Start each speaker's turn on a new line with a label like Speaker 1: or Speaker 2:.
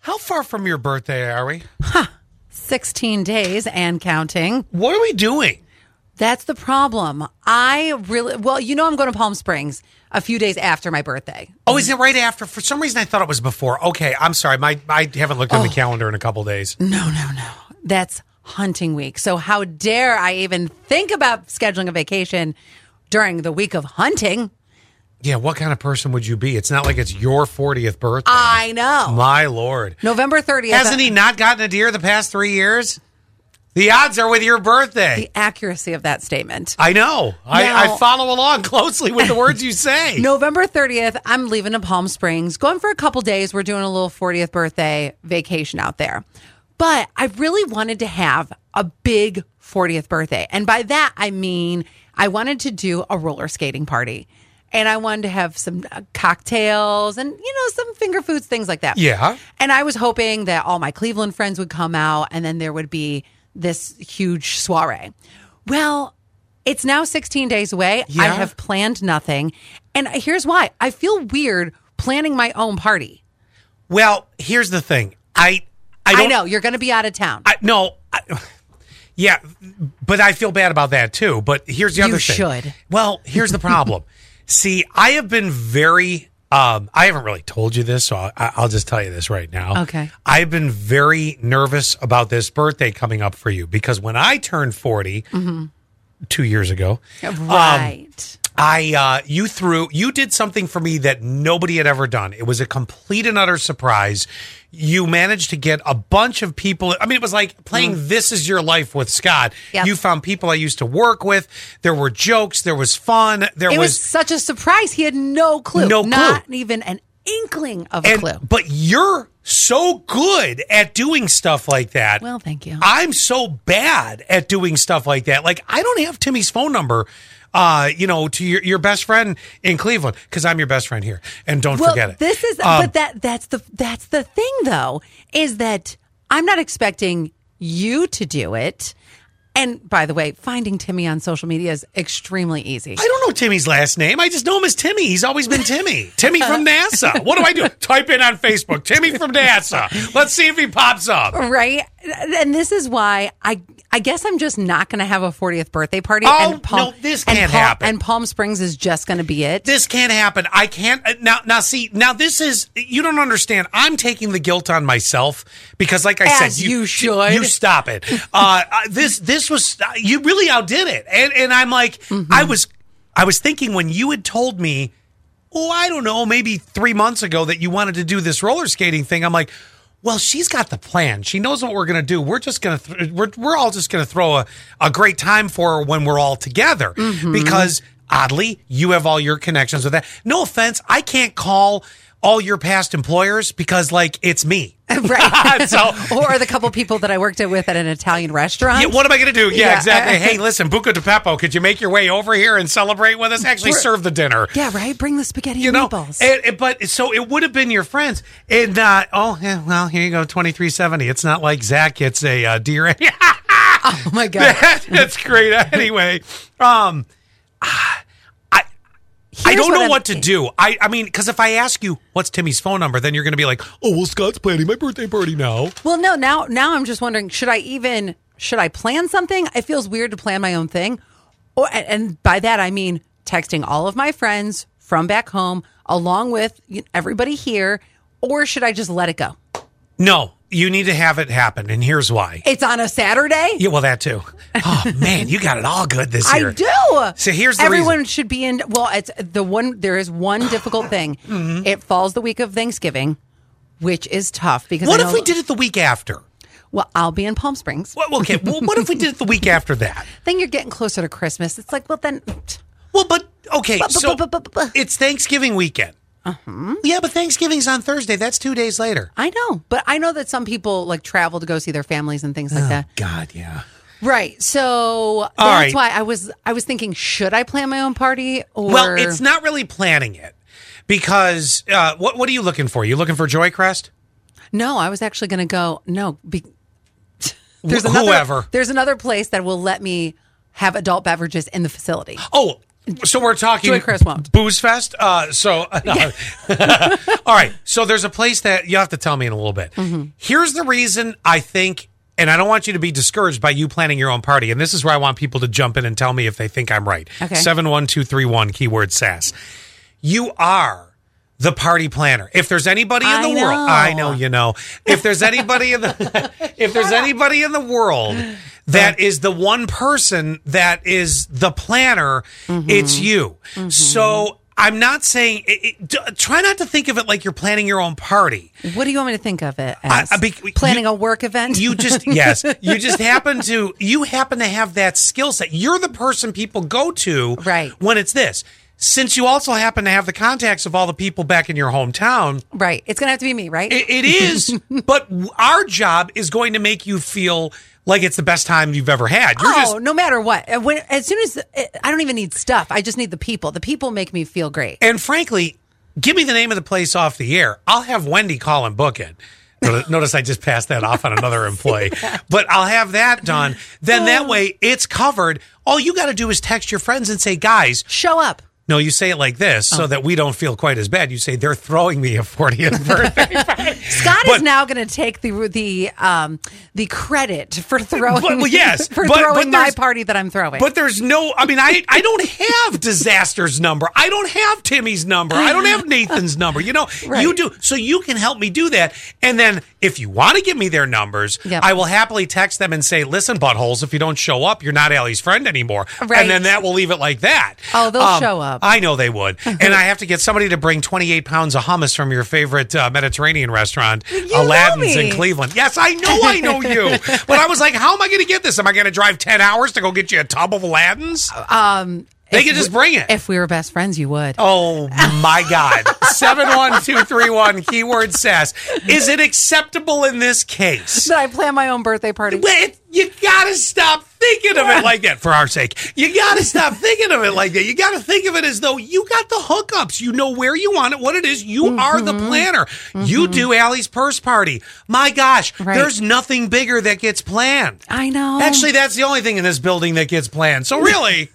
Speaker 1: How far from your birthday are we?
Speaker 2: 16 days and counting.
Speaker 1: What are we doing?
Speaker 2: That's the problem. I really, well, you know, I'm going to Palm Springs a few days after my birthday.
Speaker 1: Oh, is it right after? For some reason, I thought it was before. Okay, I'm sorry. My I haven't looked on
Speaker 2: Oh.
Speaker 1: the calendar in a couple days.
Speaker 2: No, no, no. That's hunting week. So, how dare I even think about scheduling a vacation during the week of hunting?
Speaker 1: Yeah, what kind of person would you be? It's not like it's your 40th birthday.
Speaker 2: I know.
Speaker 1: My lord.
Speaker 2: November 30th.
Speaker 1: Hasn't he not gotten a deer the past three years? The odds are with your birthday.
Speaker 2: The accuracy of that statement.
Speaker 1: I know. I,
Speaker 2: Now-
Speaker 1: I follow along closely with the words you say.
Speaker 2: November 30th, I'm leaving to Palm Springs, going for a couple days. We're doing a little 40th birthday vacation out there. But I really wanted to have a big 40th birthday. And by that, I mean, I wanted to do a roller skating party and I wanted to have some uh, cocktails and, you know, some finger foods, things like that.
Speaker 1: Yeah.
Speaker 2: And I was hoping that all my Cleveland friends would come out and then there would be this huge soiree. Well, it's now 16 days away. I
Speaker 1: Yeah.
Speaker 2: have planned nothing. And here's why I feel weird planning my own party.
Speaker 1: Well, here's the thing. I I,
Speaker 2: I,
Speaker 1: don't,
Speaker 2: know you're going to be out of town.
Speaker 1: I, no, I, yeah, but I feel bad about that too. But here's the
Speaker 2: You
Speaker 1: other thing.
Speaker 2: should.
Speaker 1: Well, here's the problem. See, I have been very. Um, I haven't really told you this, so I, I'll just tell you this right now.
Speaker 2: Okay.
Speaker 1: I've been very nervous about this birthday coming up for you because when I turned 40
Speaker 2: Mm-hmm.
Speaker 1: two years ago,
Speaker 2: right.
Speaker 1: I uh, you threw you did something for me that nobody had ever done. It was a complete and utter surprise. You managed to get a bunch of people. I mean, it was like playing "This Is Your Life" with Scott.
Speaker 2: Mm. Yep.
Speaker 1: You found people I used to work with. There were jokes. There was fun. There
Speaker 2: it was, such a surprise. He had no clue.
Speaker 1: No clue.
Speaker 2: Not even an inkling of a
Speaker 1: and,
Speaker 2: clue.
Speaker 1: But you're so good at doing stuff like that.
Speaker 2: Well, thank you.
Speaker 1: I'm so bad at doing stuff like that. Like I don't have Timmy's phone number. Uh, you know, to your, your best friend in Cleveland because I'm your best friend here, and don't
Speaker 2: well,
Speaker 1: forget it. Um,
Speaker 2: This is, but that that's the that's the thing though is that I'm not expecting you to do it. And by the way, finding Timmy on social media is extremely easy.
Speaker 1: I don't know Timmy's last name. I just know him as Timmy. He's always been Timmy. Timmy from
Speaker 2: Uh-huh.
Speaker 1: NASA. What do I do? Type in on Facebook, Timmy from NASA. Let's see if he pops up.
Speaker 2: Right, and this is why I I guess I'm just not going to have a 40th birthday party.
Speaker 1: Oh,
Speaker 2: and Palm,
Speaker 1: no, this
Speaker 2: and
Speaker 1: can't
Speaker 2: Palm-
Speaker 1: happen.
Speaker 2: And Palm Springs is just going to be it.
Speaker 1: This can't happen. I can't uh, now. Now see. Now this is you don't understand. I'm taking the guilt on myself because, like I
Speaker 2: As
Speaker 1: said,
Speaker 2: you should.
Speaker 1: You stop it. Uh, uh, this this was uh, you really outdid it, and and I'm like I was I was thinking when you had told me, oh I don't know, maybe three months ago that you wanted to do this roller skating thing. I'm like. Well, she's got the plan. She knows what we're going to do. We're just going to, th- we're, we're all just going to throw a, a great time for her when we're all together because oddly, you have all your connections with that. No offense, I can't call all your past employers because like it's me.
Speaker 2: Right.
Speaker 1: so
Speaker 2: or the couple people that I worked at with at an Italian restaurant.
Speaker 1: yeah, what am I going to do? Yeah,
Speaker 2: Yeah.
Speaker 1: exactly. hey, listen, Buco de Pepo, could you make your way over here and celebrate with us? Actually,
Speaker 2: We're-
Speaker 1: serve the dinner.
Speaker 2: Yeah, right. Bring the spaghetti
Speaker 1: You
Speaker 2: and
Speaker 1: know, eh,
Speaker 2: meatballs.
Speaker 1: and, and- but so it would have been your friends, and uh, oh yeah, well here you go, twenty three seventy. It's not like Zach gets a uh, deer.
Speaker 2: oh my god.
Speaker 1: That's great. Anyway, um, I
Speaker 2: Here's
Speaker 1: don't know
Speaker 2: I'm-
Speaker 1: what to do. I, I mean, because if I ask you what's Timmy's phone number, then you're going to be like, oh, well, Scott's planning my birthday party now.
Speaker 2: Well, no, now now I'm just wondering, should I even should I plan something? It feels weird to plan my own thing. Or and, and by that I mean texting all of my friends from back home along with you know, everybody here or should I just let it go?
Speaker 1: No, you need to have it happen. And here's why.
Speaker 2: It's on a Saturday?
Speaker 1: Yeah, well, that too. Oh, man, you got it all good this year.
Speaker 2: I do.
Speaker 1: So here's the
Speaker 2: everyone
Speaker 1: reason.
Speaker 2: should be in. Well, it's the one. There is one difficult thing.
Speaker 1: Mm-hmm.
Speaker 2: It falls the week of Thanksgiving, which is tough because I
Speaker 1: What if
Speaker 2: know-
Speaker 1: we did it the week after?
Speaker 2: Well, I'll be in Palm Springs.
Speaker 1: Well, okay, well, what if we did it the week after that?
Speaker 2: Then you're getting closer to Christmas. It's like, well, then
Speaker 1: Well, but okay,
Speaker 2: Bu- bu-
Speaker 1: so
Speaker 2: bu- bu- bu- bu-
Speaker 1: it's Thanksgiving weekend. Uh-huh. Yeah, but Thanksgiving's on Thursday. That's two days later.
Speaker 2: I know, but I know that some people like travel to go see their families and things like that.
Speaker 1: God, yeah.
Speaker 2: Right. So that's
Speaker 1: right.
Speaker 2: why I was I was thinking, should I plan my own party or
Speaker 1: Well, it's not really planning it because uh, what, what are you looking for? You looking for Joycrest?
Speaker 2: No, I was actually going to go. No, be,
Speaker 1: Wh-
Speaker 2: another,
Speaker 1: whoever.
Speaker 2: There's another place that will let me have adult beverages in the facility.
Speaker 1: Oh, So we're talking
Speaker 2: Joy Chris won't.
Speaker 1: booze fest. Uh, so no. all right. So there's a place that you have to tell me in a little bit.
Speaker 2: Mm-hmm.
Speaker 1: Here's the reason I think, and I don't want you to be discouraged by you planning your own party. And this is where I want people to jump in and tell me if they think I'm right.
Speaker 2: Okay.
Speaker 1: Seven one two three one keyword sass. You are. The party planner. If there's anybody in
Speaker 2: I
Speaker 1: the world,
Speaker 2: know.
Speaker 1: I know you know. If there's anybody in the, if there's anybody in the world that is the one person that is the planner,
Speaker 2: Mm-hmm.
Speaker 1: it's you. So I'm not saying. It, it, d- try not to think of it like you're planning your own party.
Speaker 2: What do you want me to think of it as?
Speaker 1: I- I be-
Speaker 2: Planning
Speaker 1: you-
Speaker 2: a work event?
Speaker 1: You just yes, you just happen to you happen to have that skill set. You're the person people go to
Speaker 2: Right.
Speaker 1: when it's this. Since you also happen to have the contacts of all the people back in your hometown,
Speaker 2: right. It's going to have to be me, right?
Speaker 1: It, it is, but w- our job is going to make you feel like it's the best time you've ever had. You're
Speaker 2: oh,
Speaker 1: just,
Speaker 2: no matter what. Uh, When, as soon as I don't even need stuff, I just need the people. The people make me feel great.
Speaker 1: and frankly, give me the name of the place off the air. I'll have Wendy call and book it. Notice- Notice I just passed that off on another employee, but I'll have that done. Then that way it's covered. All you got to do is text your friends and say, guys,
Speaker 2: Show up.
Speaker 1: No, you say it like this so that we don't feel quite as bad. You say they're throwing me a 40th birthday party.
Speaker 2: Scott is
Speaker 1: But-
Speaker 2: now going to take the the um, the credit for throwing.
Speaker 1: But- well, yes,
Speaker 2: for
Speaker 1: but- but
Speaker 2: throwing my
Speaker 1: there's-
Speaker 2: party that I'm throwing.
Speaker 1: But there's no, I mean, I, I don't have disaster's number. I don't have Timmy's number. I don't have Nathan's number. You know,
Speaker 2: Right.
Speaker 1: you do. So you can help me do that. And then if you want to give me their numbers,
Speaker 2: Yep.
Speaker 1: I will happily text them and say, listen, buttholes, if you don't show up, you're not Allie's friend anymore.
Speaker 2: Right.
Speaker 1: And then that will leave it like that. Um,
Speaker 2: Oh, they'll show up.
Speaker 1: I know they would. and I have to get somebody to bring 28 pounds of hummus from your favorite uh, Mediterranean restaurant,
Speaker 2: know
Speaker 1: Aladdin's
Speaker 2: me.
Speaker 1: in Cleveland. Yes, I know I know you. but I was like, how am I going to get this? Am I going to drive 10 hours to go get you a tub of Aladdin's? Um, they can just bring it.
Speaker 2: Uh, if we were best friends, you would.
Speaker 1: Oh my God. 71231 keyword sass. Is it acceptable in this case?
Speaker 2: Should I plan my own birthday party?
Speaker 1: Wait, you gotta stop thinking of it like that for our sake. You gotta stop thinking of it like that. You gotta think of it as though you got the hookups. You know where you want it, what it is. You are the planner. You do Allie's purse party. My gosh,
Speaker 2: Right. Oh.
Speaker 1: there's nothing bigger that gets planned.
Speaker 2: I know.
Speaker 1: Actually, that's the only thing in this building that gets planned. So really,